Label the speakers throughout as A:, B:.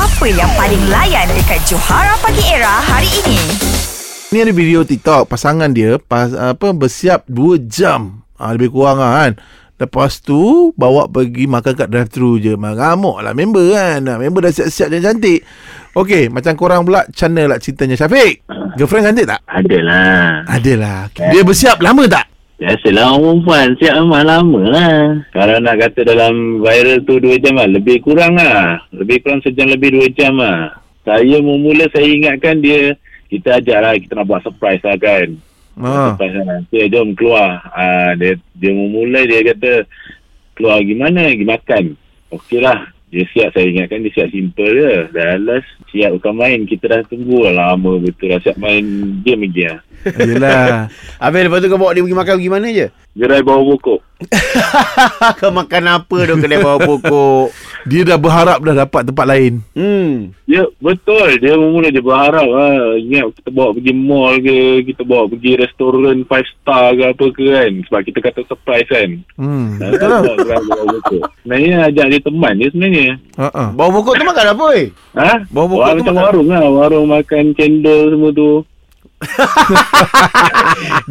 A: Apa yang paling layan dekat Johara Pagi Era hari ini?
B: Ni ada video TikTok pasangan dia pas, apa bersiap 2 jam. Ha, lebih kurang lah kan. Lepas tu bawa pergi makan kat drive thru je. Mengamuk lah member kan. Ah, Member dah siap-siap dan cantik. Okey, macam korang pula macam mana lah ceritanya Syafiq? Girlfriend cantik tak?
C: Adalah.
B: Adalah. Dia bersiap lama tak?
C: Biasalah orang perempuan siap memang lama lah. Kalau nak kata dalam viral tu 2 jam lah. Lebih kurang lah. Lebih kurang sejam lebih 2 jam lah. Saya mula saya ingatkan dia, kita ajak lah, kita nak buat surprise lah kan.
B: Ha.
C: Surprise lah. Dia jom keluar. Ha, dia, dia memulai dia kata, keluar gimana? Pergi makan. Okey lah. Dia siap saya ingatkan dia siap simple je. Dah alas siap bukan main. Kita dah tunggu lah lama betul lah. Siap main game lagi lah.
B: Yelah.
D: Habis lepas tu kau bawa dia pergi makan pergi mana je?
C: Gerai bawah pokok.
D: kau makan apa dong kedai bawah pokok?
B: Oh, Dia dah berharap dah dapat tempat lain.
D: Hmm.
C: Ya, betul. Dia mula dia berharap. Ha. Ingat kita bawa pergi mall ke, kita bawa pergi restoran five star ke apa ke kan. Sebab kita kata surprise kan.
B: Hmm.
C: Ha,
B: Betul lah.
C: bawa gerai bawah pokok. Sebenarnya ajak dia teman je sebenarnya.
B: Ha-ha.
D: Bawah pokok tu makan apa eh?
C: Ha?
B: Bawah pokok
C: Wah,
B: tu
C: macam
B: makan-
C: warung lah. Warung makan cendol semua tu.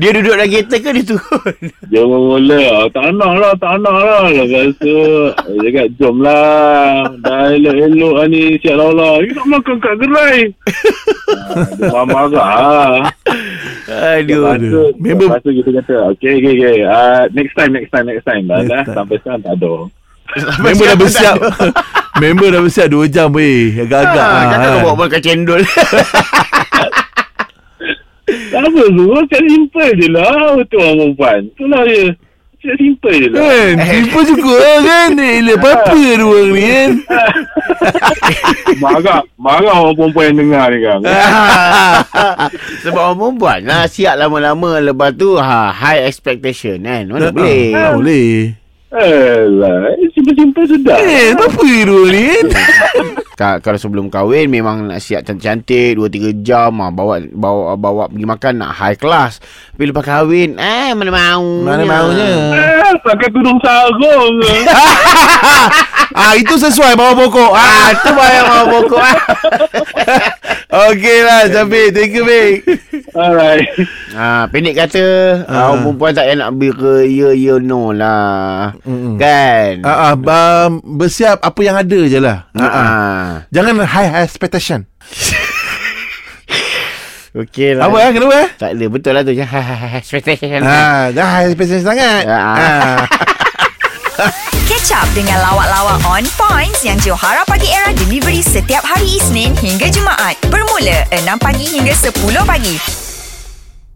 D: Dia duduk dalam kereta ke dia turun?
C: Dia mula, "Ah, tak nak lah, tak nak lah. Lepas tu, dia cakap, jom lah. Dah elok-elok lah ni, siap lah lah. You nak makan kat gerai. ha, dia marah-marah lah.
D: Aduh.
C: Lepas tu,
B: Aduh. Member-
C: lepas tu kita kata, okay, okay, okay. Uh, next time, next time, next time. Dah,
B: Next
C: dah.
B: time.
C: Sampai sekarang tak ada.
B: Member dah bersiap. Member dah bersiap 2 jam weh. Agak-agak.
D: Ah, Kakak
B: ha.
D: kau bawa makan cendol.
C: Tak apa semua, macam simple je lah. Betul orang perempuan. Itulah dia. Macam simple je lah.
B: Kan Simple cukup lah kan Gila papa dia orang ni kan
C: Marah, marah orang perempuan yang dengar ni kan.
D: Sebab orang perempuan lah siap lama-lama lepas tu ha, high expectation kan.
B: Ah.
D: Mana boleh.
B: Tak boleh
C: Alah, eh, simple-simple sudah.
B: Eh apa dia orang ni kan
D: Ka, kalau sebelum kahwin memang nak siap cantik-cantik 2 3 jam ah bawa bawa bawa pergi makan nak high class. Tapi lepas kahwin eh mana mau. Ah.
B: Mana maunya
C: Eh, pakai tudung sarung.
B: Ah itu sesuai bawa pokok Ah tu bayar bawa pokok ah. Okey lah Syafiq Thank you Fik
C: Alright.
D: Ha, pendek kata
B: Ah.
D: ha. Orang perempuan tak payah nak bira Ya ya no lah
B: Mm-mm.
D: Kan ha.
B: Ah, ah, ba- Bersiap apa yang ada je lah Ah, ah. Jangan high high expectation
D: Okey lah
B: Apa eh kenapa eh
D: Tak ada betul lah tu je Expectation
B: Ah, dah high expectation sangat
D: Ah.
B: Ah.
A: Catch up dengan lawak-lawak on points yang Johara Pagi Era delivery setiap hari Isnin hingga Jumaat. Bermula 6 pagi hingga 10 pagi.